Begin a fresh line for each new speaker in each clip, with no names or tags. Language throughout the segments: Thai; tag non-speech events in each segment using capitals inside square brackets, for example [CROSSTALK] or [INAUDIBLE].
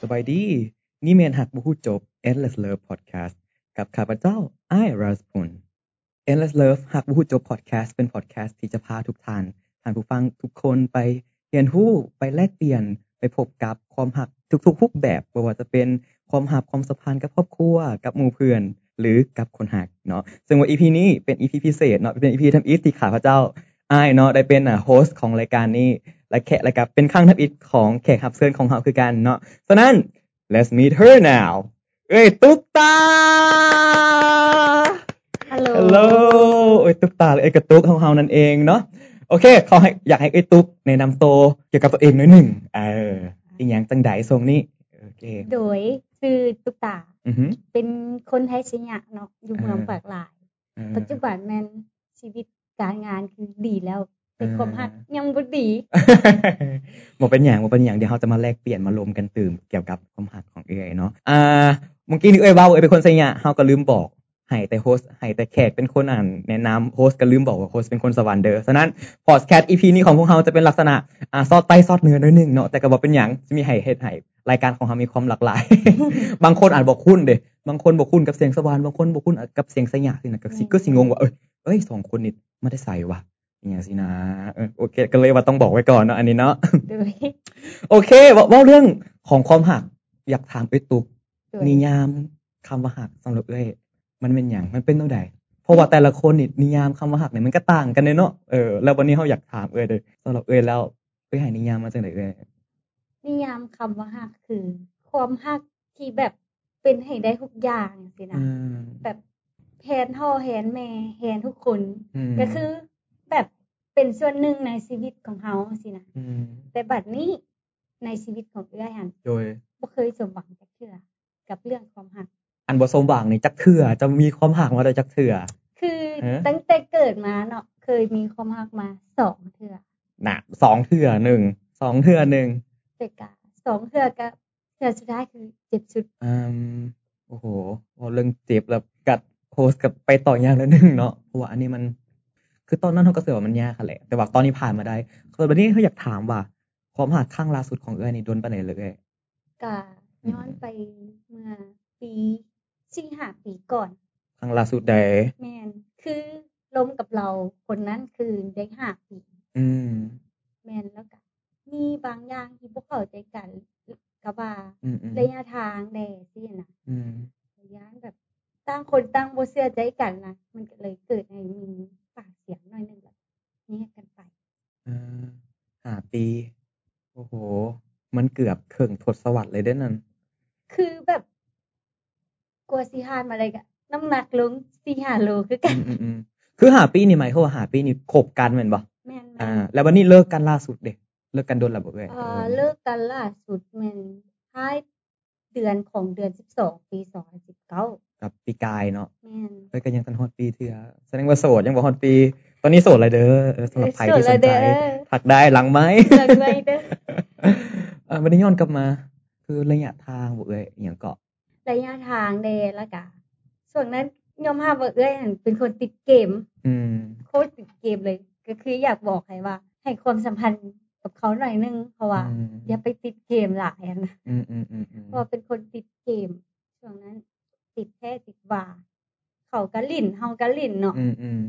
สบายดี นี่เมนหักบุคูจบ Endless Love Podcast กับข้าพเจ้าไอ้ายราสพล Endless Love หักบุคูจบ Podcast เป็น Podcast ที่จะพาทุกท่านท่านผู้ฟังทุกคนไปเรียนรู้ไปแลกเปลี่ยนไปพบกับความหักทุกๆรูปแบบไม่ว่าจะเป็นความหักความสัมพันธ์กับครอบครัวกับหมู่เพื่อน หรือกับคนหักเนาะซึ่งว่า EP นี้เป็น EP พิเศษเนาะเป็น EP ทำอีทที่ข้าพเจ้าไอ้ายเนาะได้เป็นอ่ะโฮสต์ของรายการนี้ และแขกและกับเป็นข้างทับอิฐของแขกรับเชิญของเราคือกันเนาะฉะนั้น let's meet her now เอ้ยตุ๊กตา
ฮัลโหล
ฮัลโหลเอ้ยตุ๊กตาหรือเอ้ยกระตุกของเรานั่นเองเนาะโอเคขอให้อยากให้เอ้ยตุ๊กแนะนำตัวเกี่ยวกับตัวเองหน่อยหนึ่งเอออีกอย่างจังไดทรงนี้โอเค
โดยชื่อตุกตา
อือหือ
เป็นคนไทยสยะเนาะ อยู่เมือง
เออ
ปากหลาย
เออ
ปัจจุบันแมนชีวิตการงานคือดีแล้ว แต่
เออ
ความหักยังบ่ดี
บอกเป็นอย่างบอกเป็นอย่างเดี๋ยวเราจะมาแลกเปลี่ยนมาลมกันตื่มเกี่ยวกับความหักของเอ้ยเนาะอ่าเมื่อกี้นี่เอ้ยว่าเอ้ยเป็นคนไซยะเฮาก็ลืมบอกให้แต่โฮสต์ให้แต่แขกเป็นคนอ่านแนะนำโฮสต์ก็ลืมบอกว่าโฮสต์เป็นคนสวรรค์เด้อฉะนั้นพอดแคสต์อีพีนี้ของพวกเราจะเป็นลักษณะอ่าซอดไตซอดเนื้อหนิดนึงเนาะแต่ก็บอกเป็นอย่างจะมีให้เฮ็ดให้รายการของเรามีความหลากหลาย [LAUGHS] บางคนอ่านบอกคุณเด้บางคนบอกคุณกับเสียงสวรรค์บางคนบอกคุณกับเสียงไซยะสินะก็สิก็สิงงว่าเอ้ยเอ้ยสองคนนี่ไม่ได้ใส่ว่ะ อย่างสินะเออโอเค ก็เลยว่าต้องบอกไว้ก่อนเนาะอันนี้เนาะ
โดย
โอเคว่าว่าเรื่องของความหัก อยากถามไอ้ยตุก
โดย
นิยามคำว่าหักสำหรับเอ้ยมันเป็นอย่างมันเป็นเท่าใดเพราะว่าแต่ละคนนี่นิยามคำว่าหักเนี่ยมันก็ต่างกันเลยเนาะเออแล้ววันนี้เขาอยากถามเอ้ยเลยสำหรับเอ้ยแล้วเอ้ยใหายนิยามมาจากไหนเอ้ย
นิยามคำว่าหักคือ ความหักที่แบบเป็นให้ได้ทุกอย่างสินะ
อืม
แบบแฮนพ่อแฮนแม่แฮนทุกคน
ม
ก็คือแบบเป็นส่วนหนึ่งในชีวิตของเฮาสินะ
ม
แต่บัดนี้ในชีวิตของเอื้อยหัน
โดย
บ่เคยสมหวังจักเทื่อกับเรื่องความหัก
อันบทสมหวังนี่จักเถื่อจะมีความหักมาแต่จักเถื่อ
คือ
ฮะ
ตั้งแต่เกิดมาเนาะเคยมีความหักมาสองเทื่อ
น่ะสองเถื่อหนึ่งสองเถื่อหนึ่ง
แต่กะสองเทื่อก็เทื่อสุดท้ายคือเจ็บสุด
อืมโอ้โหพอเรื่องเจ็บแล้วกัดโพสต์กับไปต่อยากแล้วนึงเนาะเพราะว่าอันนี้มัน คือตอนนั้นเขาก็เสือว่ามันยากค่ะแหละ แต่ว่าตอนนี้ผ่านมาได้ส่วนวันนี้เขาอยากถามว่า ความหักข้างล่าสุดของเอ้ยนี่โดนไปไหนเลยเอ้ย
กะ
อืม
ย้อนไปเมื่อปีสิงหาปีก่อน
ข้างล่าสุดใด
แมนคือล้มกับเราคนนั้นคือเด็กห้าปี
อืม
แมนแล้วก็มีบางอย่างที่พวกเขาใจกันกับว่า
อืมอืม
ระยะทางแดซี่นะ
อืม
ย้านแบบตั้งคนตั้งโบเสื้อใจกันนะมันก็เลยเกิดในมีปากเสียงหน่อยหนึ่งแบบแยกกันไป
อ่าห้าปี โอ้โห มันเกือบเข่งทศวรรษเลยเด้อนั่น
คือแบบ กลัวสีหานมาเลยกะน้ำหนักลงสีหาโลคือกั
อื
น
มอืมอืมคือห้าปีนี่หมายความว่าห้าปีนี่คบกันเหมือนบ่
แม่นแม่
อ่าน แล้ววันนี้เลิกกันล่าสุดเด็เลิกกันโดนระเบิดเลย
เออเลิกกันล่าสุดแมันท้ายเดือนของเดือนสิบสองปีสองพันสิบเก้า
กับปีกายเนาะ
แม่น
เอ้ยก็ยังทันฮอตปีเถื่อแสดงว่าโสดยังบ่ฮอตปี ตอนนี้โสดเลยเด้อเออสำหรับใครที่สนใจถักได้หลังไหม
หลังไว้เด้อ
[LAUGHS] เออมันได้ย้อนกลับมา คือระยะทางบ่เอ้ยอหย่างเกาะ
ระยะทางเดแล้วกะส่วนนั้นยอมห้าว่าเอ้ยหั่นเป็นคนติดเกม
อืม
โคตรติดเกมเลยก็คืออยากบอกใครว่า ให้ความสัมพันธ์กับเขาหน่อยนึงเพราะว่า
อืม
อย่าไปติดเกมหลายอะนะ
อืมอืมอืมอืม
เพราะเป็นคนติดเกมช่วงนั้น ติดแพ้ติดบ่าเขากะลิ่นเฮากะลิ่นเนาะ
อืมอืม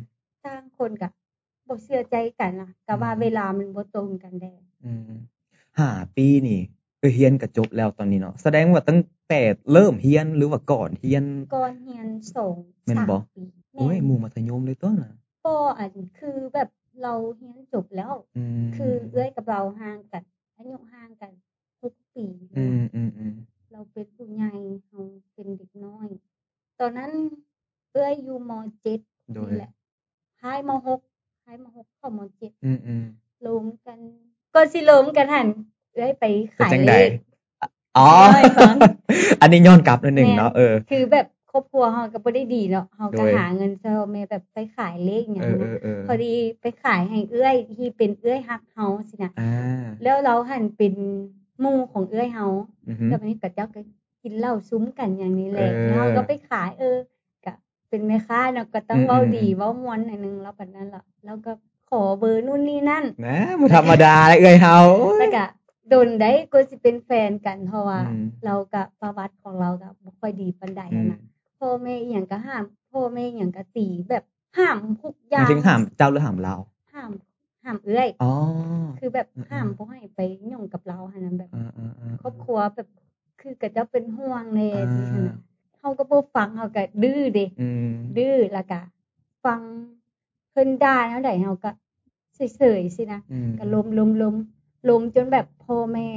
สร้างคนกับบเชื่อใจกันนะกับว่า
อืม
เวลามันบ่ตรงกันแด
อืมห้าปีนี่เออเฮียนกับจบแล้วตอนนี้เนาะแสดงว่าตั้งแต่เริ่มเฮียนหรือว่าก่อนเฮียน
ก่อนเฮียนสอง
แม่น
สาม
บ่
ปี
โอ้ยหมู่มัธยมเลยตัวน่ะ
ก็อันคือแบบเราเฮียนจบแล้ว
อืม
คือเอื้อยกับเราห่างกันอายุห่างกันทุกปี
อืมอืมอืม
เราเป็นผู้ใหญ่เราเป็นเด็กน้อย ตอนนั้นเอื้อยอยู่มเจ็ด
โดย
นี่แหละท้ายมหกท้ายมหกเข้ามเจ็ด
อืมอืม
ลมกัน ก็สิลมกันหันเอื้อยไป
เป็น
ขาย
จัง
เล
ได
ข
อ๋อ
เล่าให้ฟัง
อันนี้ย้อนกลับนิดหนึ่งเนาะเออ
คือแบบครอบครัวเราก็บ่ได้ดีเนาะเราก็
โดย
หาเงินเซลเมแบบไปขายเลขอย่าง
เออ
นั้น
เออ
นะ
เออ
พอดีไปขายให้เอื้อยที่เป็นเอื้อยฮักเฮาสินะ
อ่า
แล้วเราหันเป็นหมู่ของเอื้อยเฮา
อือหือ
แล้ววันนี้กับเจ้าก็กินเหล้าซุ้มกันอย่างนี้แหละ
เออ
เราก็ไปขายเออก็เป็นแม่ค้าเนาะก็ต้อง
อืม
เว้า
อืม
ดีเว้ามวนหน่อยนึงแล้วแบบนั้นล่ะแล้วก็ขอเบอร์นู่นนี่นั่น
นะมันธรรมดาเลยเอ้ยเฮา
แล้วก็ โดนได้ก็สิเป็นแฟนกันเพราะว่า
อืม
เรากับประวัติของเราก็บ่ค่อยดีปานใด
อื
อะ
ม
นะพ่อแม่อหย่างก็ห้าม พ่อแม่อหย่างก็ตีแบบห้ามทุกอย่าม
หาง ยถึงถามเจ้าหรือถามเรา
ห้ามห้ามเอื้อย
อ๋อ
คือแบบ
อืม
ห้ามบ่ให้ไปยุ่งกับเราหันนะแบบ
อ่าอ่าอ่า
ครอบครัวแบบคือกะจะเป็นห่วงเลย
อ่า
ดิฉันน่ะเขาก็บ่ฟังเขาก็ดื้อเด้
อืม
ดื้อและกะ ฟังเพิ่นด่าแล้วใดเขาก็เฉยๆสินะ
อืม
ก็ลมลมลมลมจนแบบพ่อแม่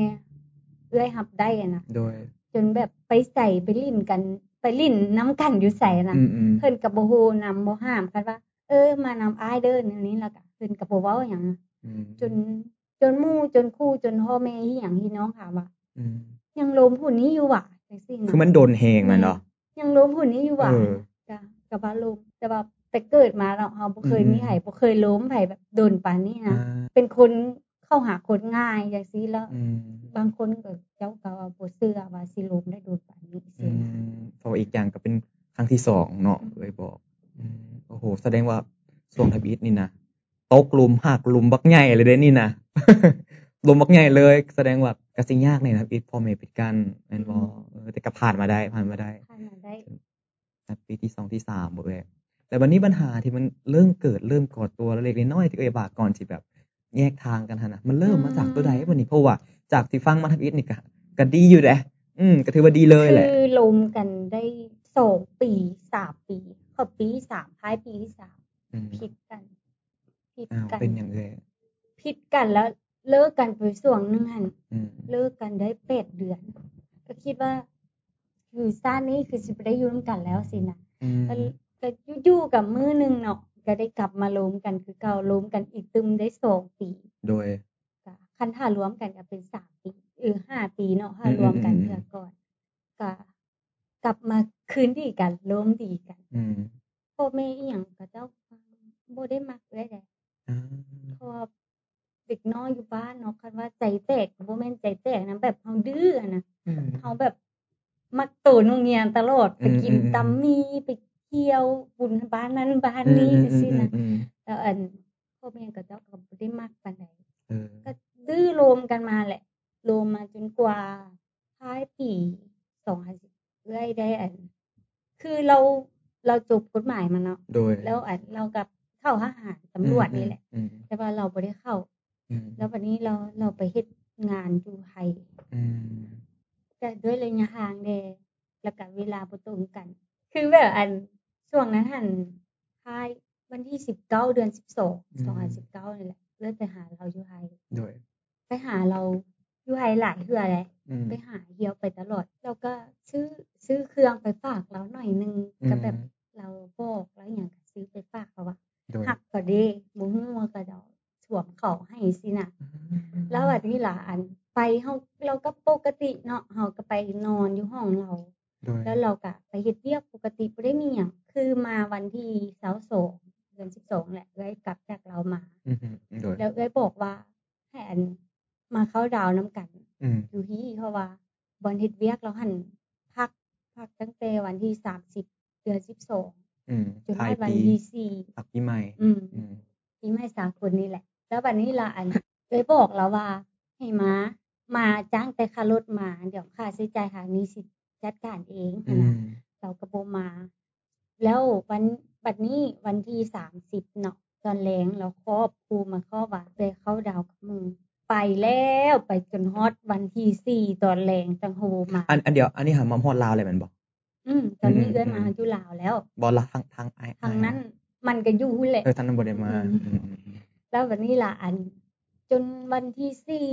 เอื้อยหับได้อะนะ
โดย
จนแบบไปใส่ไปลิ่นกัน ไปลิ่นน้ำกันอยู่ใส่นะ
อืมอืม
เพิ่นกับโบโฮนำโบห้ามคันว่า เออมานำอ้ายเดินอันนี้แล้วก็เพิ่นกับโบเว้าอย่างนะ
อืม
จนจนหมู่จนคู่จนพ่อแม่ที่อย่างที่น้องถามว่า
อืม
ยังลมหุ่นนี้อยู่หว่ะจังซี่นะ
คือมันโดนเฮงมันเนาะ
ยังลมหุ่นนี้อยู่หว่ะ
เออ
จ้ะกับว่าลมแต่ว่าแต่เกิดมาเราเอาบ่เคย
อืม
มีไผบ่เคยล้มไผแบบโดนปานนี้
อ่า
นะ เป็นคนเข้าหาคนง่ายอย่างซีแล้ว
อืม
บางคนก็เจ้าก็ว่าบ่เสื้อว่าสิลมได้โดนปานนี้เสี
อื
ยนะ
มเพออีกอย่างก็เป็นครั้งที่สองเนาะเอ้ยบอกอืมโอ้โห แสดงว่าส่วงทบีทนี่นะตกหลุมหักหลุมบักใหญ่เลยเด้นี่นะ [LAUGHS] หลุมบักใหญ่เลย แสดงว่ากระสิยากเลยนะบีทพอเมปิดกันแอนวอเออแต่ก็ผ่านมาได้ผ่านมาได้
ผ่านมาได้
นะปีที่สองที่สามหมดเลยแต่วันนี้ปัญหาที่มันเริ่มเกิดเริ่มก่อตัวแล้วเล็กๆน้อยๆที่เอยบากก่อนที่แบบแยกทางกันหันนะมันเริ่มมาจากตัวใดวันนี้เพราะว่าจากที่ฟังมาทับอิทนี่ก็ก็ดีอยู่แหละอืมก็ถือว่าดีเลยแหละ
คือลมกันได้สองปีสามปีเขาปีที่สามท้ายปีที่สาม
อืม
ผิดกันผิด
อ้าว
กัน
เป็นอย่างเอย
ผิดกันแล้ว เลิกกันไปส่วงหนึงหัน
อืม
เลิกกันได้แปดเดือน ก็คิดว่าคือซ่านนี้คือสิบ่ได้อยู่ร่วมกันแล้วสินะ
อืม
ก็ก็อยู่ๆกับมือหนึ่งเนาะก็ได้กลับมาล้มกันคือเก่าล้มกันอีกตึมได้สองปี
โดย
ก็คันถ้ารวมกันก็เป็นสามปีหรือห้าปีเนาะถ้า
อืม
รวมกัน
อืม
เพื่อก่อนก็กลับมาคืนดีกันล้มดีกัน
อืม
พ่อแม่อหย่างก็เจ้าบ่ได้มักเลยแหละ
อ่า
เพราะว่าเด็กน้อยอยู่บ้านเนาะคันว่าใจแตกก็บ่แม่นใจแตกนะแบบเฮาดื้ออะนะ
อืม
เขาแบบมักตูนงเงียนตลอด
อื
ไป
ม
กิน
อืม
ตำมีไปเที่ยวบุญบ้านนั้นบ้าน
อืม
นี้
อืม
จัง
อื
ซี่
ม
นะ
อืม
แล้วอันพ่อแม่กับเจ้าก็บ่ได้มากปานใด
เออ
ก็ดื้อโลมกันมาแหละโลมมาจนกว่าท้ายปีสองพันสิบเรื่อยได้อัน คือเราเราจบกฎหมายมาเนาะ
โดย
แล้วอันเรากับเข้าทหารตำรวจนี่แหละ
อืม
แต่ว่าเราไม่ได้เข้า
อืม
แล้ววันนี้เราเราไปเฮ็ดงานอยู่ไทย
อืม
แต่ด้วยระยะห่างเดแล้วกับเวลาประตรงกัน คือแบบอันช่วงนั้นหันท้ายวันที่สิบเก้าเดือนสิบสองสองพันสิบเก้านี่แหละเลื่อนไปหาเราอยู่ไทย
โดย
ไปหาเราอยู่ไทยหลายเทื่อเลย
อืม
ไปหาเฮียวไปตลอด เราก็ซื้อซื้อเครื่องไปฝากเราหน่อยนึงก็แบบเราบอกแล้วอย่างก็ซื้อไปฝากเขาว่า
โดย
หักก็ดีบุ้งมือก็เดาสวมเขาให้สินะ แล้วอันนี้ล่ะอันไปเฮาเราก็ปกติเนาะเฮาก็ไปนอนอยู่ห้องเรา
โดย
แล้วเราก็ไปเฮ็ดเวียกปกติบ่ได้มีหยังคือมาวันที่22เดือน12แหละเอ้ยกลับจากเรามา
อืมโดย
แล้วเอ้ยบอกว่าให้อันมาเข้าดาวน์นำกัน
อืม
อยู่ที่เพราะว่าบ่อนเฮ็ดเวียกเราหั่นพักพักตั้งแต่วันที่30เดือน12
อืม
จน
ท้า
ฮอยดวัน
ปี
ที่สี่
ปักปีใหม่
อืม
อืม
ที่ไม่สามคนนี่แหละ แล้ววันนี้ละอันเลยบอกแล้วว่า ให้มา มาจ้างแต่ค่ารถมา เดี๋ยวค่าใช้จ่ายหานี้สิจัดการเอง
อื
นะ
ม
เรากระโปมา แล้ววันบัดนี้วันที่สามสิบเนาะตอนแรงเราครอบครูมาครอบว่าไปเข้าดาวกับมึงไปแล้วไปจนฮอตวันที่สี่ตอนแรงจังโฮมา
อันอันเดียวอันนี้หามาฮอดลาวเลยแมันบอก
อืมตอนนี้
อืม
เอื้อน
อืม
มาอยู่ลาวแล้ว
บอลละทางทางไอ
ทางนั้นมันก็อยู่หุ้นแหละ
เออทางนั้นบอได้มา
อืม
อืมอืมอืม
แล้ววันนี้ละอัน จนวันที่สี่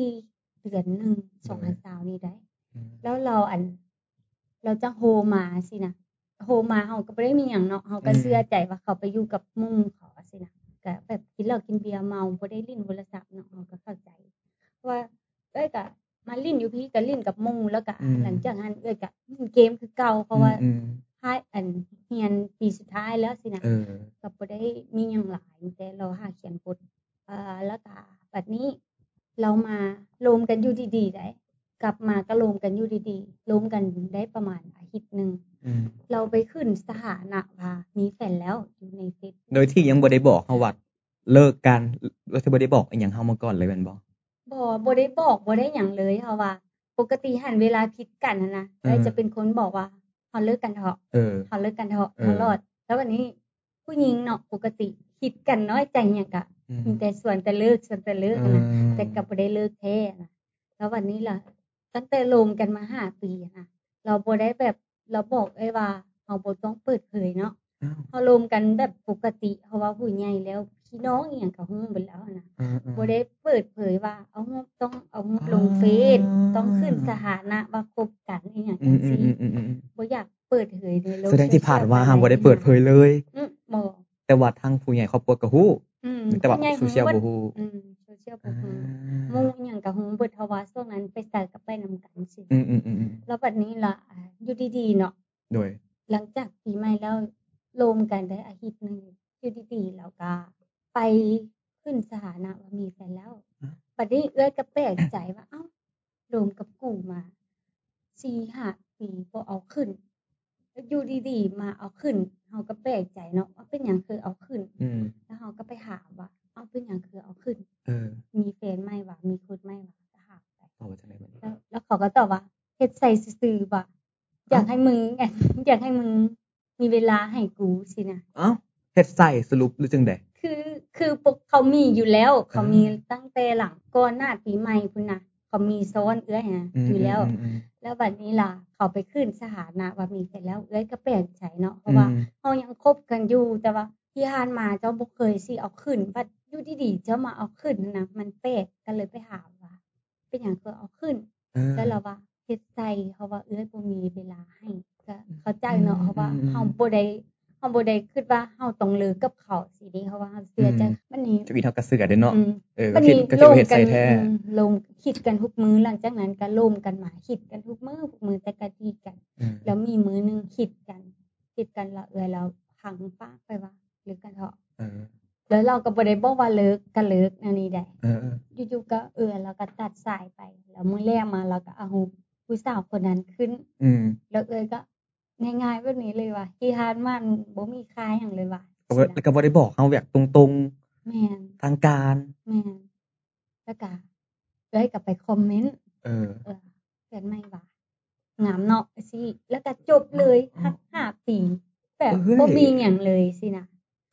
เดือนหนึ่ง
อื
สอง
ม
พันสาวนี่ได้
อืม
แล้วเราอัน เราจะโฮมาสินะโฮมาเขาก็ไม่ได้มีอย่างเนาะเขาก็เชื่อใจว่าเขาไปอยู่กับหมุ่งเขาอะสินะก็แบบกินเหล้ากินเบียร์เมาบ่ได้ลิ้นโทรศัพท์เนาะเขาก็เข้าใจ ว่าเอ้ยกะมาลิ้นอยู่พี่ก็ลิ้นกับหมุ่งแล้วก็หลังจากนั้นเอ้ยกะเล่นเกมคือเก่าเพราะว่า
อืม
ท้ายอันเรียนปีสุดท้ายแล้วสินะ
เออ
ก็บ่ได้มีหยังหลายแต่เราหาเขียนบทเอ่อแล้วก็บัดนี้เรามาโลมกันอยู่ดีๆได้กลับมาก็โลมกันอยู่ดีๆโลมกันได้ประมาณอาทิตย์หนึ่ง
อืม
เราไปขึ้นสถานะว่ามีแฟนแล้วอยู่ในเฟซ
โดยที่ยังบอได้บอกเขาวัดเลิกกันแล้วเธอบอได้บอกอหย่างเขามาก่อนเลยแมันบอก
บ บ่บ่ได้บอกบ่ได้หยังเลยเฮาว่า ปกติหันเวลาผิดกันนะนะ
เออ
ได้จะเป็นคนบอกว่าเฮาเลิกกันเถอะ
เออ
เฮาเลิกกันเถอะ
เออ
เฮารอด แล้ววันนี้ผู้หญิงเนาะปกติผิดกันน้อยใจหยังกะ
อื
มีแต่ส่วนแต่เลิกส่วนแต่เลิก
เอ
อะ
อ
นะแต่กับบ่ได้เลิกแท้นะแล้ววันนี้ล่ะตั้งแต่ลมกันมาห้าปีอะนะเราบ่ได้แบบเราบอกไอ้ว่าเฮาบ่ต้องเปิดเผยเนาะ
อ้าว
เขารวมกันแบบปกติเพราะว่าผู้ใหญ่แล้วพี่น้องอหย่างกับฮู้หมดแล้วนะ
อ่าอ่า
บ่ได้เปิดเผยว่าเอาฮู้ต้องเอาฮู้ลงเฟซ
อ่า
ต้องขึ้นสถานะว่าคบกันอหย่าง
อื
จั
ม
ง
อืม
ซี่
อืมอืมอืม
บ่อยากเปิดเผยในโลก
แสดงที่ผ่านว่า
โซชียล
ห้ามบ่ได้เปิดเผยเลย
อืมบ่
แต่ว่าทางผู้ใหญ่ครอบครัวก็ฮู้
อืม
แต่ว่า
ผู้ใหญ่
โซเชียลบ่
ฮู้
ฮู้
อืมโซเชียลบ่
อ่า
ฮู้หมู่อหยังกับฮู้เบิดเพราะว่าช่วงนั้นไปใส่กับไปนำกันสิ
อืมอืมอืมอืม
แล้วบัดนี้ล่ะอ่าอยู่ดีๆเนาะ
โดย
หลังจากปีใหม่แล้วรวมกันได้อาทิตย์หนึ่งอยู่ดีๆเราก็ไปขึ้นสถานะว่ามีแฟนแล้ว
ฮะ
ปัดนี้เอื้อยก็แปลกใจว่า เอ้ารวมกับกูมาสี่ห้าปีก็เอาขึ้นแล้วอยู่ดีๆมาเอาขึ้นเราก็แปลกใจเนาะว่าเป็นอย่างคือเอาขึ้น
อืม
แล้วเราก็ไปถามว่า เอาเป็นอย่างคือเอาขึ้น
เออ
มีแฟนไหมวะมีคนไหมวะก็ถามไป
ต่อว่าจังได๋บัดนี้
แล้วแล้วเขาก็ตอบว่าเฮ็ดใส่ซื่อๆว่ะอยากให้มึง [LAUGHS] อยากให้มึงมีเวลาให้กูสินะ
เอ้าเฮ็ดใส่สรุปหรือจังได๋
คือคือปกเขามีอยู่แล้ว เขา
อ่ามี
มีตั้งแต่หลังก่อนหน้าปีใหม่คุณนะเขามีซ้อนเอื้อยนะ
ม
อยู่แล้ว
มอืม
แล้ววันนี้ล่ะ เขาไปขึ้นสถานะว่ามีเสร็จแล้วเอื้อยก็แปลกใจเนาะเพ
อื
ราะว่า
ม
เขายังคบกันอยู่แต่ว่าที่ฮานมาเจ้าบ่เคยสิเอาขึ้นว่าอยู่ดีๆเจ้ามาเอาขึ้นนะมันแปลกก็เลยไปถามว่า เป็นอย่างคือเอาขึ้น
ออ
แล้วเราว่าเฮ็ดใจเขาว่าเอื้อยบ่มีเวลาให้ก็
อืม
เข้าใจเนาะเขาว่า
อืมอืม
เฮาบ่ได้เฮาบ่ได้คิดว่าเฮาต้องเลิกกับเขาสิเด้เขาว่าเฮาเสียใจ
อืม
มันนี้
จะอีเท่ากับเสือเด้เนาะ
อืม
เออ
มั
ก็
น
คิด
นี้
ก็คิดว่าเฮ็ดใส่แท้
อืมลงคิดกันทุกมื้อหลังจากนั้นก็ลมกันมาคิดกันทุกมื้อทุกมื้อแต่ก็ดีกัน แล้วมีมื้อหนึงคิดกันคิดกันและเอื้อยแล้วพังปากไปว่าเลิกกันเถอะ
เออ
แล้วเราก็บ่ได้บอกว่าเลิกก็เลิกแนวนี้ได้
เออเออ
อยู่ๆก็เออเราก็ตัดสายไป แล้วมือแรกมาเราก็เอาผู้สาวคนนั้นขึ้น
อืม
แล้วเอยก็ง่ายๆแบบนี้เลยว่ะที่ฮาร์ดมันบ่มีค่าอย่างเลยว่ะ
ก็บ่แล้วก็บ่ได้บอกเฮาแบบตรง
แมน
ๆทางการ
แมนแล้วก็เอยก็ไปคอมเมนต์
เออ
เออเกินไม่ว่ะงามเนาะสิแล้วก็จบเลยหักห้าปีแบบ
เฮ้ย
บ่มีอย่างเลยสินะ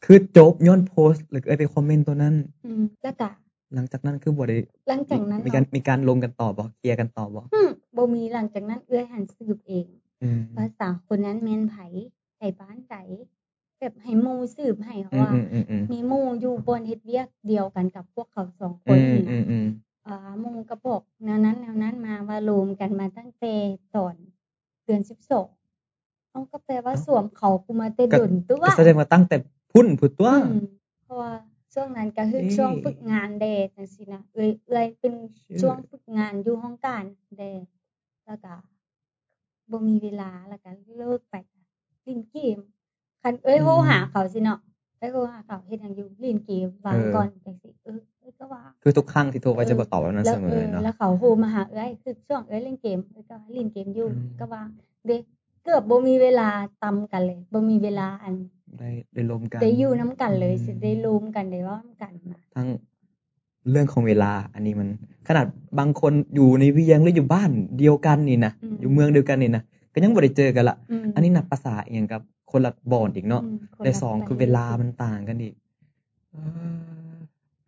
คือจบย้อนโพสต์หรือเอ้ยไปคอมเมนต์ตัวนั้น
อืม แล้วก็
หลังจากนั้นคือบ่ได้
หลังจากนั้น
มีการ
เนาะ
มีการลงกันต่อบ่เคลียร์กันต่อบ่
อืมบ่มีหลังจากนั้นเอ้อยหันสืบเอง
อืม
ภาษาคนนั้นแม่นไผไผบ้านไผแบบให้หมูสืบให้
อืม
ว่า
อืมอืมอืม
มีหมูอยู่บนเฮ็ดเวียกเดียวกันกับพวกเขาสองค
อื
น
ม
นี่
อืม
นะ
อืม
อ่าหมูก็บอกแนวนั้นแนวนั้นมาว่ารวมกันมาตั้งแต่ตอนเดือนสิบสองเอาก็แปลว่าสวมเขากูมาเต้ดุนตัว
ก็แสดงว่าตั้งแต่พุ่นผุดตัว
อืมเพราะว่าช่วงนั้นก็คือ
เอ๊ะ
ช่วงฝึกงานเดย์จังซี่นะเอ้ยเอ้ยเป็น
เชื่อ
ช่วงฝึกงานอยู่ห้องการเดย์แล้วก็บ่มีเวลาแล้วก็เลิกไปเล่นเกมคันเอ้ยโหหาเขาสิเนาะเอ้ยโหหาเขาเฮ็ดหยังอยู่เล่นเกมวางก่อนจังซี่เออเอ้ยก็ว่า
คือทุกครั้งที่โทรก็จะบ่ตอบแบบนั้น
แล้ว
เสมอเนาะ
แล้วเขาโทรมาหาเอ้ยคือช่วงเอ้ยเล่นเกมเอ้ยก็เล่นเกมอยู่
อืม
ก็ว่าเด็กเกือบบ่มีเวลาตำกันเลยบ่มีเวลาอัน
ได้ได้ลมกัน
ได้อยู่น้ำกันเลยสิ
อืม
ได้รวมกันได้เว้าน้ำกันนะ
ทั้งเรื่องของเวลา อันนี้มัน ขนาดบางคนอยู่ในเวียงหรืออยู่บ้านเดียวกันนี่นะ
ม
อยู่เมืองเดียวกันนี่นะก็ยังบ่ได้เจอกันละ
ม
อันนี้นับภาษาเอย่างกับคนละบอดอีกเนาะ
อืมคน
และ
ละ
สอง
ประ
คือ
ทศ
เวลามันต่างกันอีกเออ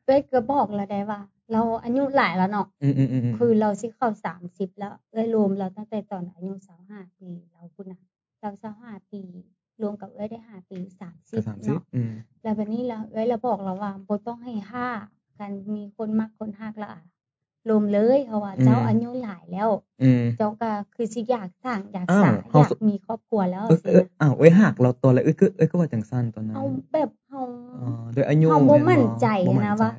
เอ้ยก็บอกแล้วได้ว่า เราอายุหลายแล้วเนาะ
อืมอืมอืมอืม
คือเราสิเข้า30แล้วเอ้ยรวมเราตั้งแต่ตอนอายุ25ปีเราคุณน่ะเรา25ปีรวมกับเอ้ยได้ห้าปี
ก็สาม
30
สิบ
เนาะ
อืม
แล้วแบบนี้เราเอ้ยเราบอกเราว่าบ่ต้องให้ห้ากันมีคนมักคนหักและอ่ะรวมเลยเพราะว่าเจ้าอายุหลายแล้ว
อืม
เจ้าก็คือสิอยากสร้างอยาก
อ้าว
สางอ
เฮาย
า
สุ
กมีครอบครัวแล้ว
เอย
สิ
เอยอ้าวเอ้ยหักเราตัวอะไรเอ้ยก็เอ้ยก็ว่าจังสั้นตัวนั้น
เอาแบบเฮา
อ๋อโดยอายุ
เฮาบ่มั่นใจ
บ่มั่
นะ
ใจ
ว่า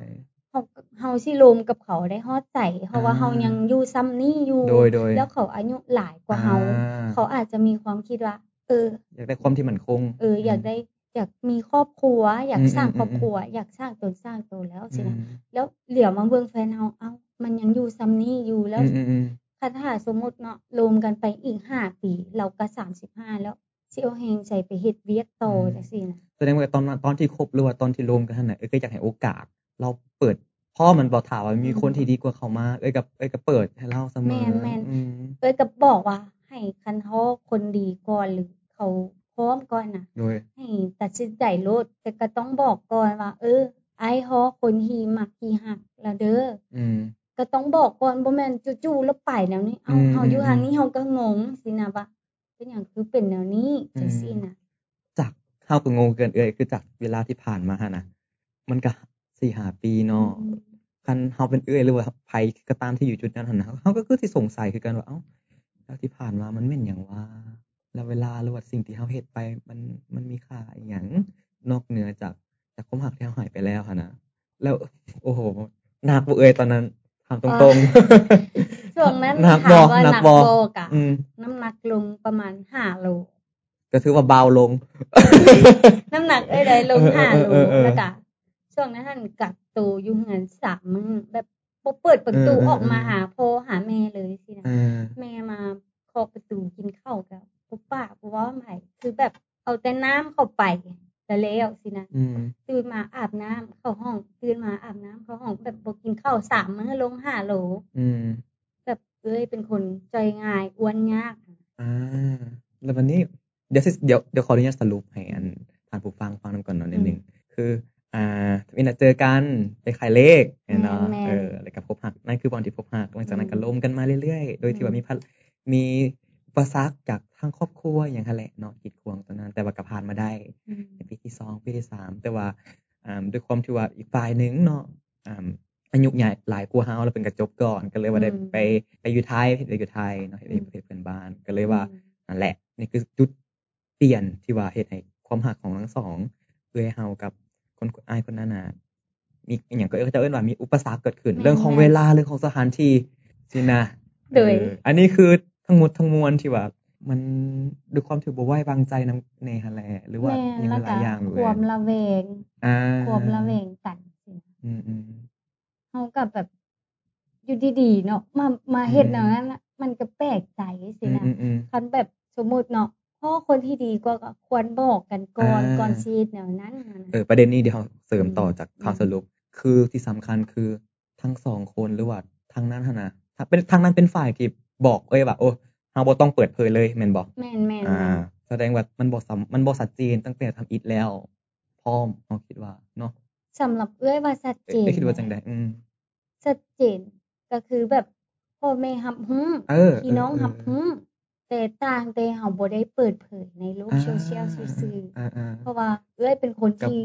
เฮาเฮาสิรวมกับเขาได้ฮอดใจเพราะว่าเฮายังอยู่ซ้ำนี้อยู่
โดยโดย
แล้วเขาอายุหลายกว่าเฮา
อ่
เขาอาจจะมีความคิดว่า เออ
อยากได้ความที่มันคง
เอออยากได้อยากมีครอบครัว อยาก
อืม
สร้าง
อืม
ครอบ
อืม
ครัว อยากสร้างตนสร้างตัวแล้วสินะ
อืม
แล้วเหลียวมาเบิ่งแฟนเฮาเอ้า มันยังอยู่ซัมนี่อยู่แล้ว
อืมอืมอืม
คันถ้าสมมุติเนาะรวมกันไปอีกห้าปี เราก็สามสิบห้าแล้วสิเอาแฮงใส่ไปเฮ็ดเวียกโตอ
อืม
จังซี่นะ
แสดงว่าตอนนั้นตอนที่คบหรือว่าตอนที่รวมกันนั่นน่ะเอ้ยก็อยากให้โอกาส เราเปิด พ่อมันบอกถามว่ามีคนที่ดีกว่าเขามาเอ้ยกับเอ้ยกับเปิดให้เล่าเสมอ
แม่นแม่น
อืม
เอ้ยก็บอกว่า ให้คันเขาคนดีก่อนหรือเขาพร้อมก่อนน่ะ
โดย
ให้ตัดสินใจโลดแต่ก็ต้องบอกก่อนว่า เออ ไอ้ฮอคนฮีมักฮีหักแล้วเด้อ
อืม
ก็ต้องบอกก่อนบ่แม่นจู่ๆแล้วไปแล้วนี่เอา
อืม
เฮาอยู่
อืม
ทางนี้เฮาก็งงสินะว่าเป็นหยังคือเป็นแนวนี้
อืม
จังซี่น่ะ
จากเข้ากับงงเกินเอ้ยคือจากเวลาที่ผ่านมาฮะนะมันก็สี่หาปีเนาะ
อืม
คันเฮาเป็นเอ้ยหรือว่าไผก็ตามที่อยู่จุดนั้นหันนะเฮาก็คือที่สงสัยคือกันว่าเอ้าแล้วที่ผ่านมามันเป็นอย่างว่าแล้วเวลาหรือว่าสิ่งที่เฮาเฮ็ดไปมันมันมีค่าอหย่างนอกเหนือจากจากความหักที่เฮาหายไปแล้วค่ะนะแล้วโอ้โหหนักบ่เอ้ยตอนนั้นถามตรงๆ
[LAUGHS] ช่วงนั้น
หนัก
ถา
บ่
มว่า
ห
ห
นัก
นัก
บ่
โบกะ
อืม
น้ำหนักลงประมาณห้าโล
ก็ถือว่าเบาลง
น้ำหนักเอ้ยได้ลง
เออเออ
ห้าโล
เออเออ
แล้วก็ช่วงนั้นท่านกักตัวอยู่เงินสามมื้อแบบบ่เปิดประตู
เออเออเออ
ออกมาหาพ่อหาแม่เลยสิ
[LAUGHS]
นะ
อ่า
แม่มาเคาะประตูกินข้าวกับปุ๊บป้าปุ๊บว่าใหม่คือแบบเอาแต่น้ำเข้าไปแล้วแล้วสินะ
อืม
ตื่นมาอาบน้ำเข้าห้องตื่นมาอาบน้ำเข้าห้องแบบบ่กินข้าวสามมื้อลงห้าโล
อืม
แบบเอ้ยเป็นคนใจอยง่ายอ้วนยาก
อ่า แล้ววันนี้เดี๋ยวสิเดี๋ยวเดี๋ยวขออนุญาตสรุปให้อันทานผู้ฟังฟังนันก่อนเนาะนิดนึงคือ อ่าวินาเจอกันไปขายเลขเนาะ
แม่นๆ
เออแล้วก็พบหักนั่นคือวันที่พบหักหลังจากนั้นก็
อืม
ล้มกันมาเรื่อยๆ โดยที่
อืม
ว่ามีพัดมีอุปสรรคจากทางครอบครัวอย่างนั้นแหละเนาะกีดขวางตอนนั้น แต่ว่าก็ผ่านมาได้
อืม
ในปีที่สองปีที่สามแต่ว่าอ่าด้วยความที่ว่าอีกฝ่ายหนึ่งเนาะอ่าอายุใหญ่หลายกว่าเฮาเราเป็นกระจบก่อนก็เลยว่าได้
อืม
ไปไปอยู่ไทยไปอยู่ไทยเนาะ
อื
ไป
ม
ประเทศเพื่อนบ้านก็เลยว่านั่นแหละนี่คือจุดเปลี่ยนที่ว่าเหตุให้ความหักของทั้งสองเพื่อให้เฮากับคนอายคนนั้นน่ะมีอหย่างก็เอิ้นจะเอิ้นว่ามีอุปสรรคเกิดขึ้น
แม่น
เรื่องของเวลาเรื่องของสถานที่สินะ
โดย
เอออันนี้คือทั้งหมดทั้งมวลที่ว่า มันด้วยความถือบ่ไว้วางใจนํในฮะแหละหรือว่า
แม่
อยังห
แล้วก็
ลายอย่างเลย
ความระแวง
อ่า
ความระแวงกันสิ
อืมอืม
เขากับแบบอยู่ดีๆเนาะมามาเฮ็ด
อืม
แนวนั้นน่ะมันก็แปลกใจสิ
อืม
นะ
อืมอืม
คันแบบสมมุติเนาะพ่อคนที่ดีก็ก็ควรบอกกันก่อน
อ่า
ก่อนชีดแนวนั้นน่ะนะ
เออประเด็นนี้เดี๋ยวเราเสริม
อืม
ต่อจากข่าว
อืม
สรุป คือที่สำคัญคือทั้งสองคนหรือว่าทางนั้นหั่นนะถ้าเป็นทางนั้นเป็นฝ่ายที่บอกเอ้ยว่าโอ้เฮาบ่ต้องเปิดเผยเลยแม่นบ่
แม่นแม่น
อ่า แสดงว่ามันบ่สำมันบ่ชัดเจนตั้งแต่ทำอิฐแล้ว พร้อมเฮาคิดว่าเนาะ
สำหรับเอ้ยว่าชัด
เอ้
เจ
ย
น
เอ้ยคิดว่าจังไดอืม
ชัดเจนก็คือแบบพ่อแม่หับหุ้ม
เออ
พี่น้องหับหุ้มแต่ต่างแต่เฮาบ่ได้เปิดเผยในโลกโซเชียลซื่อๆ
อ่าอ่า
เพราะว่าเอ้ยเป็นคน
ครับ
ที่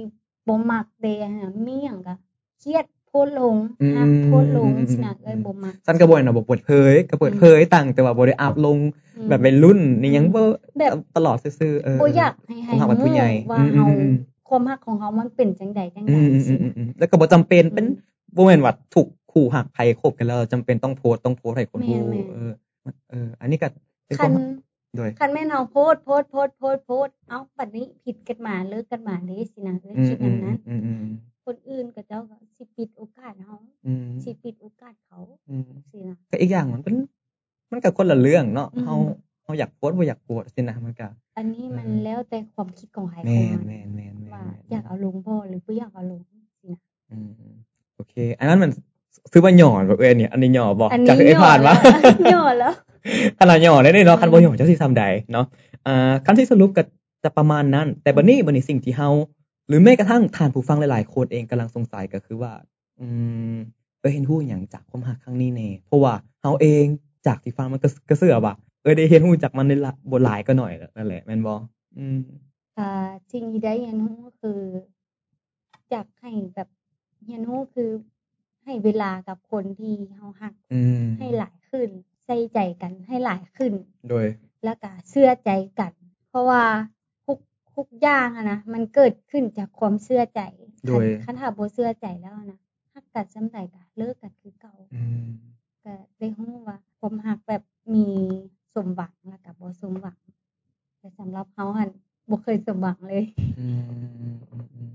บ่มักเดะนะมีหยังก็เครียดโพดลง
อืม
ฮักโพดลง
อืม
สินะ
อืม
เอ้ยบ่มัก
สั้นกระบวนนะบอกเปิดเผยก็เปิดเผยต่างแต่ว่าบริอัพลง
อืม
แบบเป็นรุ่นนี่ยังเบอ
แบบ
ตลอดซื่อๆเออ
บ่อยากให้ให้
ความรักแบบผู้ใหญ่
รู้ว่า
อืม
เฮา
อืมอืม
ความฮักของเฮามันเป็นจังใดจัง
อื
ใด
มอืมอื
สิ
มอืม
นะ
อืมแล้วก็บอกจำเป็นเป็น
อืม
โมเมนต์ว่าถูกขู่หักไผ่คบกันแล้วจำเป็นต้องโพสต์ต้องโพสต์ให้คนรู้
แม่นๆ
เออมันเออ อันนี้ก็เป็นค
คั
วาม
น
โดย
คันแม่นเฮาโพดโพดโพดโพดโพดเอ้าบัดนี้ผิดกันมาเลิกกันมาเด้สินะเอ้ย
อืม
คิดอ
อื
ย่าม งนั้น
อืมอืม
คนอื่นก็เจ้าก็สิปิดโอกาสเฮา
อืม
สิปิดโอกาสเขา
อืม
สินะ
ก็อีกอย่างมันเป็น มันก็คนละเรื่องเนาะ
อืม
เฮาเฮาอยากโพสต์บ่อยากโพสต์สินะมันก็
อันนี้มันแล้วแต่ความคิดของใครข
แม่
อง
น
มัน
แม่นแม่นแม่น
ว่า
แม่น
อยากเอาลงบ่หรือบ่อยากเอาลงสินะ
อืมโอเค อันนั้นมันซื้อมาหย่อนแบบเอ้ยอันเนี่ยอันนี้หย่อบอก
อันนี้
จากที่เอ้ยผ่ [LAUGHS] านมา
หย่อแล้ว
ขนาดหย่อได้เนี่ยเนาะ
อืม
คันบ่หย่อจะสิทำใดเนาะอ่าคำที่สรุปก็จะประมาณนั้น แต่บัดนี้บัดนี้สิ่งที่เฮาหรือแม้กระทั่งท่านผู้ฟังหลายๆคนเองกำลังสงสัยก็คือว่า อืมเอ้ยเห็นหู้อย่างจากความหักครั้งนี้แน่เพราะว่าเฮาเองจากที่ฟังมันก็ก็เสื่อว่าเอ้ยได้เห็นหู้จากมันในละบทหลายก็หน่อยนั่นแหละแม่นบ่อืม
อ่าสิ่งที่ได้เรียนรู้ก็คือ อยากให้แบบเรียนรู้คือให้เวลากับคนที่เฮาหัก
อืม
ให้หลายขึ้น ใส่ใจกันให้หลายขึ้น
โดย
แล้วก็เชื่อใจกัน เพราะว่าทุกทุกอย่างอะนะมันเกิดขึ้นจากความเชื่อใจ
โดย
คันถ้าบ่เชื่อใจแล้วนะหักกันซ้ำใดก็เลิกกันคือเก่า
อืม
ก็ได้รู้ว่าความหักแบบมีสมหวังแล้วกับบ่สมหวัง แต่สำหรับเขาหันบ่เคยสมหวังเลย
อืมอืมอืม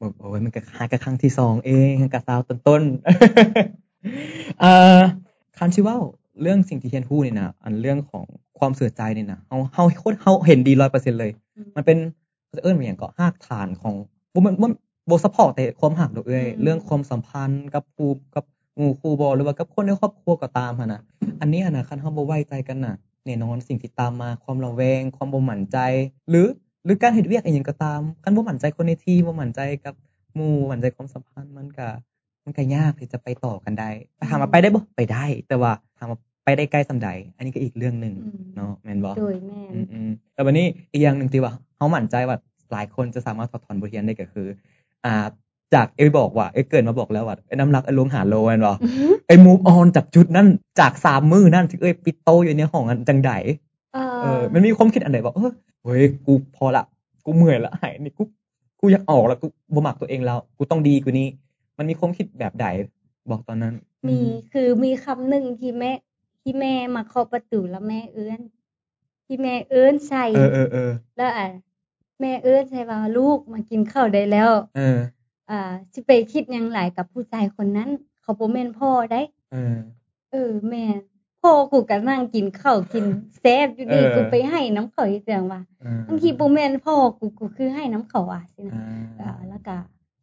บอกโอ้ยมันก็หายกับครั้งที่สองเองกับสาวต้นต้นๆ [LAUGHS] เอ่อคำที่ว่าเรื่องสิ่งที่เทียนพูดเนี่ยนะอันเรื่องของความเสียใจเนี่ยนะเฮาเฮาโคตรเฮาเห็นดีร้อยเปอร์เซ็นต์เลย มันเป็นเขาจะเอิ้นว่าอย่างก็หากฐานของบ่แมันบ่ บ่ซัพพอร์ตแต่ความหักดอกเอ้ย
อืม
เรื่องความสัมพันธ์กับครูกับหมู่ครูบ่หรือว่ากับคนในครอบครัวก็ตามหั่นน่ะ อันนี้หั่นน่ะคันเฮาบ่ไว้ใจกันน่ะแน่นอนสิ่งที่ตามมาความระแวง ความบ่มั่นใจ หรือหรือการเฮ็ดเวียกอีหยังก็ตามคันบ่มั่นใจคนในทีมบ่มั่นใจกับหมู่บ่มั่นใจความสัมพันธ์มันก็มันก็ยากที่จะไปต่อกันได้ถามว่าไปได้บ่ไปได้ แต่ว่าถามว่าไปได้ไกลส่ำใดอันนี้ก็อีกเรื่องหนึง
อืม
เนาะแม่นบ่
โดยแม่น
อืมอืมแต่วันนี้อีกอย่างหนึ่งที่ว่าเขาหมั่นใจว่าหลายคนจะสามารถถอดถอนบทเรียนได้ก็คือ อ่า จากเอ้ยบอกว่าเอ้ยเกิดมาบอกแล้วว่าไอ้น้ำรักไอ้ลวงหาโลแอนวะไอ้มูฟออนจากจุดนั้นจากสามมือนั่นที่เอ้ยปิดโตอยู่ในห้องอันจังได
เอ
เอ
อ
อมันมีความคิดอันไหนบอกเออเฮ้ยกูพอละกูเมื่อยละหายนี่กูกูอยากออกแล้วกูบ่มักตัวเองแล้วกูต้องดีกว่านี้ มันมีความคิดแบบใดบอกตอนนั้น
มีคือมีคำหนึ่งที่แม่ที่แม่มาเคาะประตูแล้วแม่เอื้อน ที่แม่เอื้อนใส่
เออเออเออ
แล้วอ่ะแม่เอื้อนใส่ว่าลูกมากินข้าวได้แล้ว
เออ
อ่าสิไปคิดหยังหลายกับผู้ชายคนนั้น เขาบ่แม่นพ่อได้
เออ
เออ แม่พ่อกูก็นั่งกินข้าวกินแซ่บอยู่ดี
เออ
กูไปให้น้ำเขาอีเสียงว่า
เออบ
างทีบ่แม่นพ่อกูกูคือให้น้ำเขาอ่ะสินะ
อ่า
เอ่าแล้วก็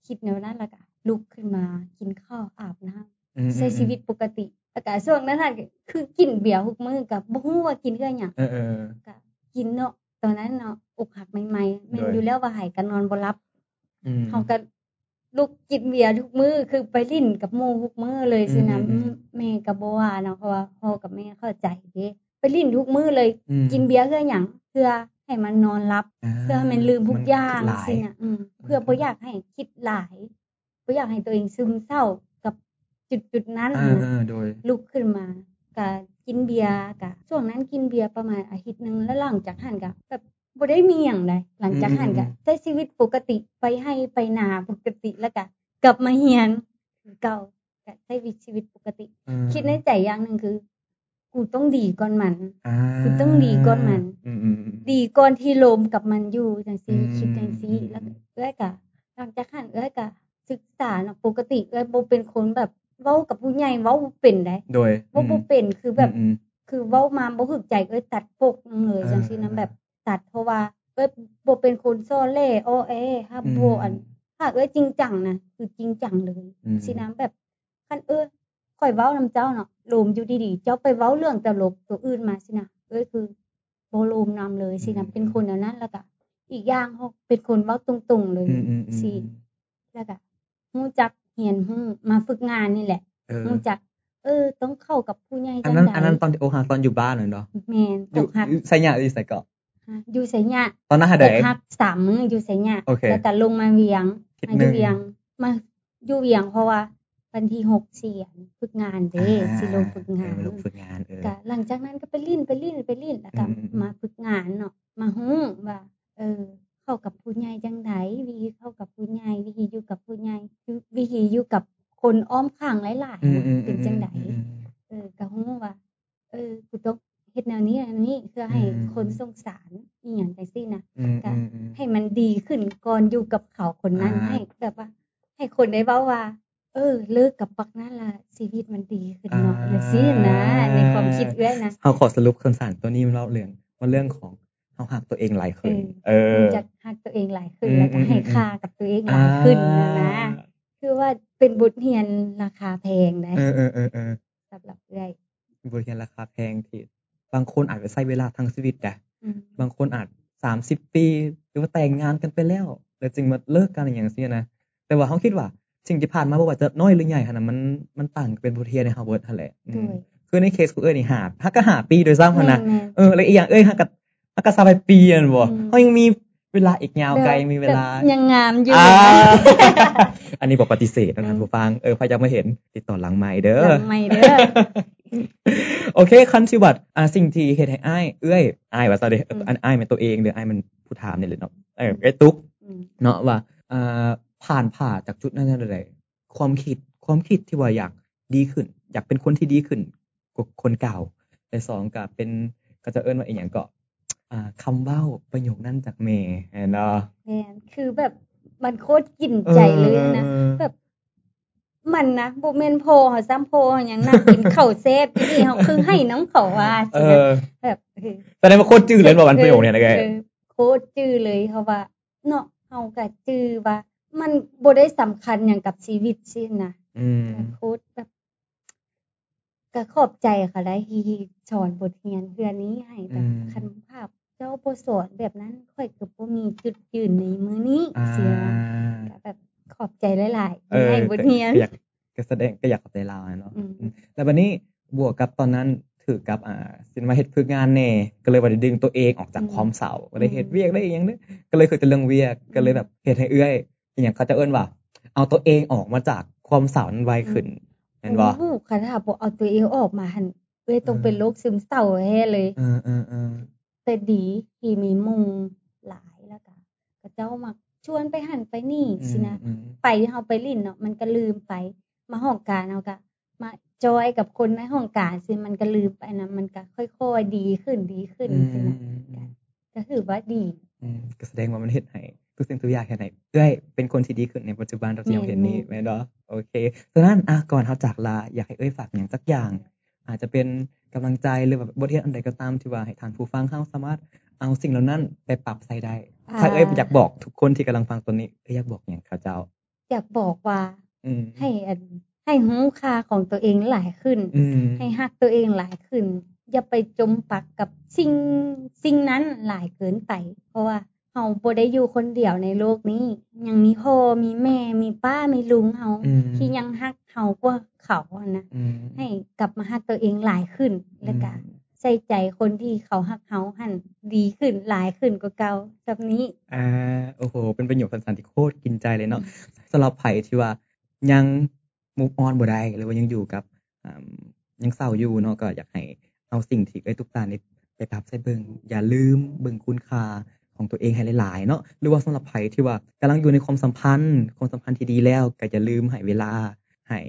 คิดแนวนั้นแล้วก็ลุกขึ้นมากินข้าวอาบน้ำ
อืมอืม
ใช้ชีวิตปกติอากาศช่วงนั้นน่ะคือกินเบียร์ทุกมื้อกับบ่ฮู้ว่ากินเพื่อหยัง
เออเออ
ก็กินเนาะตอนนั้นเนาะอกหักใหม่ๆแม่น
โดย
อยู่แล้วว่าให้กันนอนบ่หลับ
อืม
เฮาก็ลูกกินเบียร์ทุกมื้อคือไปลิ้นกับหมู่ทุกมื้อเลยสินะ
อืมอืมอืม
แม่ก็บ่ว่าเนาะเพราะว่าพ่อกับแม่เข้าใจเด้ไปลิ้นทุกมื้อเลย
อืม
กินเบียร์เพื่อหยังเพื่อให้มันนอนหลับ
า
เพื่อให้มันลืมทุกอย่าง
มันหลาย
สินะอืมเพื่อบ่อยากให้คิดหลายบ่อยากให้ตัวเองซึมเศร้ากับจุดๆนั้น
เอ
นะ
อเออโดย
ลุกขึ้นมาก็กินเบียร์กะช่วงนั้นกินเบียร์ประมาณอาทิตย์หนึ่งแล้วหลังจากหันกะแบบบ่ได้มีอย่างใดหลังจากหันกะ
อืม
ใช้ชีวิตปกติไปให้ไปนาปกติแล้วกะกลับมาเฮียนคือเก่ากะใช้ชีวิตปกติ
เออ
คิดในใจอย่างหนึ่งคือ กูต้องดีก่อนมัน
อ่า
คุณต้องดีก่อนมัน
อืมอืมอืม
ดีก่อนที่โลมกับมันอยู่จังซี่
อืม
คิดจังซี่แล้ว
อืม
เอ้อยกะหลังจากหันเอ้อยกะศึกษาเนาะปกติเอ้อยบ่เป็นคนแบบเว้ากับผู้ใหญ่เว้าบ่เป็นได้
โดย
เว้าบ่เป็นคือแบบ
อืม
คือเว้ามาบ่ถูกใจเอ้ยตัดปกหนึ่งเลย
อ่า
จังซี่นะ
อ่า
แบบตัดเพราะว่าเอ้ยบ่เป็นคนซ่อเล่โอเอฮับ
อืม
โบอันถ้าเอ้ยจริงจังนะคือจริงจังเลย
อืม
สินะแบบคันเอ้ยข่อยเว้านำเจ้าเนาะโลมอยู่ดีๆ เจ้าไปเว้าเรื่องตลกตัวอื่นมาสินะเอ้ยคือบ่โลมนำเลยสินะเป็นคนแนวนั้นแล้วก็อีกอย่างเฮาเป็นคนเว้าตรงๆเลย
อืมอืมอืม
สิ แล้วก็ฮู้จักเรียนฮู้มาฝึกงานนี่แหละ
เออ
ฮู้จัก เออ ต้องเข้ากับผู้ใหญ่
อั
จั
น
ง
นั้น
ใด
อันนั้นตอนโอหาตอนอยู่บ้านเหรอเนาะ
แม่น
อ
ต
ยู่
กหัก
ใส่หยาอยู่ใส่เกาะ
อ่ะอยู่ไสยะ
ตอนนั้นหา
ต
ใด
กหักสามมื้ออยู่ไสยะ
โอเค
แล้วก็ลงมาเวียง
คิด
มา
ห
อ
นึ่ง
ยู่เวียงมาอยู่เวียงเพราะว่าวันที่หกเสียนฝึกงานเด้
า
สิลงฝึกงาน
เออลงฝึกงานเออ
ก็หลังจากนั้นก็ไปลิ้นไปลิ้นไปลิ้นแล้วก็
อืมอืม
มาฝึกงานเนาะมาฮู้ว่า เออ เข้ากับผู้ใหญ่จังไดวิธีเข้ากับผู้ใหญ่วิธีอยู่กับผู้ใหญ่วิธีอยู่กับคนอ้อมข้างหลายๆ
ม
น่ะ
อืม
เป็นจังได
อืม
เออก็ฮู้ว่า เออกูต้องเฮ็ดแนวนี้แนวนี้เพื่อให้
อืม
คนสงสารอีหยังจังซี่นะ
อืมอืมอืม
ให้มันดีขึ้นก่อนอยู่กับเขาคนนั้น
อ่า
ให้แบบว่า ให้คนได้เว้าว่า เออ เลิกกับปักนั้นละชีวิตมันดีขึ้นเนาะจังซี่นะในความคิดเอื้อยนะ
เฮาขอสรุปคำสารตัวนี้มาเล่าเรื่องว่าเรื่องของเฮาหักตัวเองหลายขึ้น เออ
รู้จักฮักตัวเองหลายขึ้น
อืม
แล้วก็ให้
อืม
ค่ากับตัวเองหลายขึ้นนะนะ
อ่า
คือว่าเป็นบทเรียนราคาแพงนะ
เออเออเออเออ
สำหรับเอื้อย
บริการราคาแพงที่บางคนอาจจะใช้เวลาทั้งชีวิตนะ
อืม
บางคนอาจสามสิบปี หรือว่าแต่งงานกันไปแล้วแล้วจึงมาเลิกกันอย่างเงี้ยนะแต่ว่าเขาคิดว่าสิ่งที่ผ่านมาบ่ว่าจะน้อยหรือใหญ่ขนาดมันมันต่างเป็นบทเรียนในฮาร์วาร์ดหั่นแหละอืม
ด้วย
คือในเคสของเอ้ยนี่หาฮักก็หาปีโดยซ้ำหั่นนะ
แม่
เออแล้วอีกอย่างเอ้ยฮักกับฮักก็สบายปีนั่นบ่
อืม
เขายังมีเวลาอีกยาวไกลยังมีเวลา
แบบยังงามอยู่
อ่า
นะ
อันนี้บอกปฏิเสธนะท่าน
อืม
ผู้ฟังเออพยายามมาเห็นติดต่อหลังไม้เด้อ
หลังไม่เด้อ
[LAUGHS] โอเคคันสิวัดอ่าสิ่งที่เฮ็ดให้อ้ายเอื้อยอ้ายว่าซะเด้อเออ
ม
อันอ้ายมันตัวเองเด้ออ้ายมันผู้ถามนี่แหละเนาะเออไอ้ตุ๊ก
อืม
เนาะว่าอ่าผ่านผ่าจากจุดนั้นได้ความคิดความคิดที่ว่าอยากดีขึ้น อยากเป็นคนที่ดีขึ้นกว่าคนเก่าแต่สองก็เป็นก็จะเอิ้นว่าอีหยังก็อ่าคำเว้าประโยคนั้นจากแม่แม่นเนาะ
แม่นคือแบบมันโคตรกินใจเลยนะ
ออ
แบบ มันนะบ่แม่นโพอเฮาซ้ำโพอเฮาหยังนั่งกินข้าวเซฟอีนี่เฮาคือให้น้องเขาว่า
เอ
สินะ
อ
แบบเออ
แสดงว่าโคตรจืดเลยว่าวันประโยคเนี่ยนะแก
ออโคตรจื้อเลยเพราะว่า เนาะเฮาก็จื้อว่า มันบ่ได้สำคัญหยังกับชีวิตสินะ
อืม
แต่โค้ดแบบ ก็ขอบใจค่ะได้ที่สอนบทเรียนเทื่อนี้ให้แบบ
อืม
คันภาพ เจ้าบ่สอนแบบนั้นค่อยก็บ่มีจุดยืนในมื้อนี้
อ่า
เสียก็แบบขอบใจหลายๆ
เอ
ที่
อ
ให้บทเรียน
ก็อยากก็แสดงก็อยากขอบใจเราอะเนาะ
อืม
อืมแล้ววันนี้บวกกับตอนนั้นถือกับอ่าสินมาเฮ็ดพึกงานแน่ก็เลยว่าได้ดึงตัวเองออกจาก
อืม
ความเศร้าก็เลยเฮ็ด
อืม
เวียกได้อหยังเด้อก็เลยคือจะเรื่องเวียกก็เลยแบบเฮ็ดให้เอื้อยอหย่างเขาจะเอิ้นว่า เอาตัวเองออกมาจากความเศร้านั้นไวขึ้นเห็นบ่
โอ้โหค่ะถ้าบ่เอาตัวเองออกมาหั่นเอ้ยต้อง
อืม
เป็นโรคซึมเศร้าแท้เลย
เออเออเออ
แต่ดีที่มีหมุงหลายแล้วก็ก็เจ้ามักชวนไปหันไปนี่สินะ
อืมอืม
ไปเฮาไปลิ้นเนาะมันก็ลืมไป มาห้องการเฮาก็มาจอยกับคนในห้องการสิมันก็ลืมไปนะมันก็ค่อยๆดีขึ้นดีขึ้นสินะ
อืมอืม
ก็ถือว่าดี
อืมก็แสดงว่ามันเฮ็ดให้ทุกสิ่งทุกอย่างเฮ็ดให้เอ้อยเป็นคนที่ดีขึ้นในปัจจุบันเราที่ยังเห็นนี่แม่นเนาะโอเคดังนั้นอ่ะก่อนเฮาจากลาอยากให้เอ้อยฝากหยังสักอย่าง อาจจะเป็นกำลังใจหรือแบบบทเรียนอันใดก็ตามที่ว่าให้ทานผู้ฟังเฮาสามารถเอาสิ่งเหล่านั้นไปปรับใส่ได้ถ้าเอ้อยอยากบอกทุกคนที่กำลังฟังตอนนี้เอ้อยอยากบอกหยังเขาเจ้า
อยากบอกว่า
อืม
ให้อันให้หูค่าของตัวเองหลายขึ้น
อืม
ให้ฮักตัวเองหลายขึ้น อย่าไปจมปักกับสิ่งสิ่งนั้นหลายเกินไป เพราะว่าเฮาบ่ได้อยู่คนเดียวในโลกนี้ ยังมีพ่อมีแม่มีป้ามีลุงเฮา
อืม
ที่ยังฮักเฮากว่าเขาอะนะ
อืม
ให้กลับมาฮักตัวเองหลายขึ้นแล้วก็ใส่ใจคนที่เขาฮักเฮาหั่นดีขึ้นหลายขึ้นกว่าเก่าแบบนี้
อ่าโอ้โหเป็นประโยคสั้นๆที่โคตรกินใจเลยเนาะ สำหรับไผ่ที่ว่ายังมูฟออนบ่ได้หรือว่ายังอยู่กับอ่ายังเศร้าอยู่เนาะก็อยากให้เอาสิ่งที่ไอ้ทุกตานี่ไปปรับใส่เบิงอย่าลืมเบิงคุณค่าของตัวเองให้หลายๆเนาะหรือว่าสำหรับไผ่ที่ว่ากำลังอยู่ในความสัมพันธ์ความสัมพันธ์ที่ดีแล้วก็อย่าลืมให้เวลาให้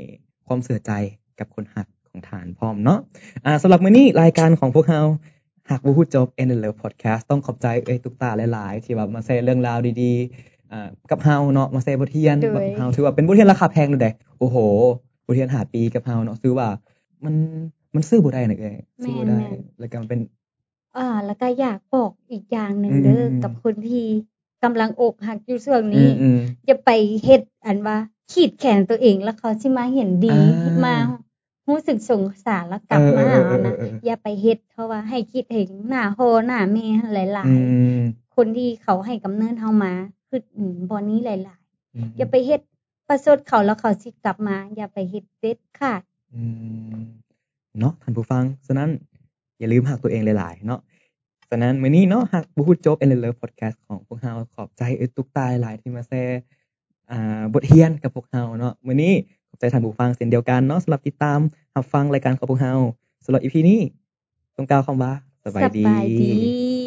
ความเสียใจกับคนหักของฐานพร้อมเนาะอ่าสำหรับมื้อนี้รายการของพวกเรา หากบ่ฮู้จบ End the Love Podcast ต้องขอบใจไอ้ทุกตาหลาย ๆ ที่แบบมาแชร์เรื่องราวดีๆอ่ากับเฮาเนาะมาแชร์บทเรียนแบบเฮา ถือว่าเป็นบทเรียนราคาแพงเลยเด้โอ้โห บทเรียนหาปีกับเฮาเนาะซื้อว่า มันมันซื้อบ่ได้นะเอ้ยซื้อบ่ได้ แล้วก็มันเป็น
อ่า แล้วก็อยากบอกอีกอย่างหนึ่ง
อืม
เด้อกับคนที่กำลังอกหักอยู่ช่วง
อื
นี้
มอืม
จะไปเฮ็ดอันว่า ขีดแขนตัวเองแล้วเขาสิมาเห็น
อ
ดี
่า
มารู้สึกสงสารแล้วกลับมา
เออเออเออ
เอานะ
เออเออ
อย่าไปเฮ็ดเพราะว่าให้คิดถึงหน้าโฮหน้าแม่หลา
อื
ย
ม
ๆ คนที่เขาให้กำเนิดเฮามาคืออืมบอนี้หลาย
อืม
ๆ อย่าไปเฮ็ดประชดเขาแล้วเขาสิกลับมา อย่าไปเฮ็ดเด็ดขาด
อืมเนาะท่านผู้ฟัง ฉะนั้น อย่าลืมหักตัวเองหลายๆ เนาะฉะนั้นมื้อนี้เนาะหักบ่ฮู้จบ End the Love Podcast ของพวกเฮาขอบใจไอ้ทุกตาหลายๆที่มาแชร์อ่าบทเรียนกับพวกเฮาเนาะมื้อนี้ขอบใจท่านผู้ฟังเช่นเดียวกันเนาะสำหรับติดตามรับฟังรายการของพวกเฮาสำหรับ EP นี้ต้องกล่าวคำว่าสบายดี
สบายดี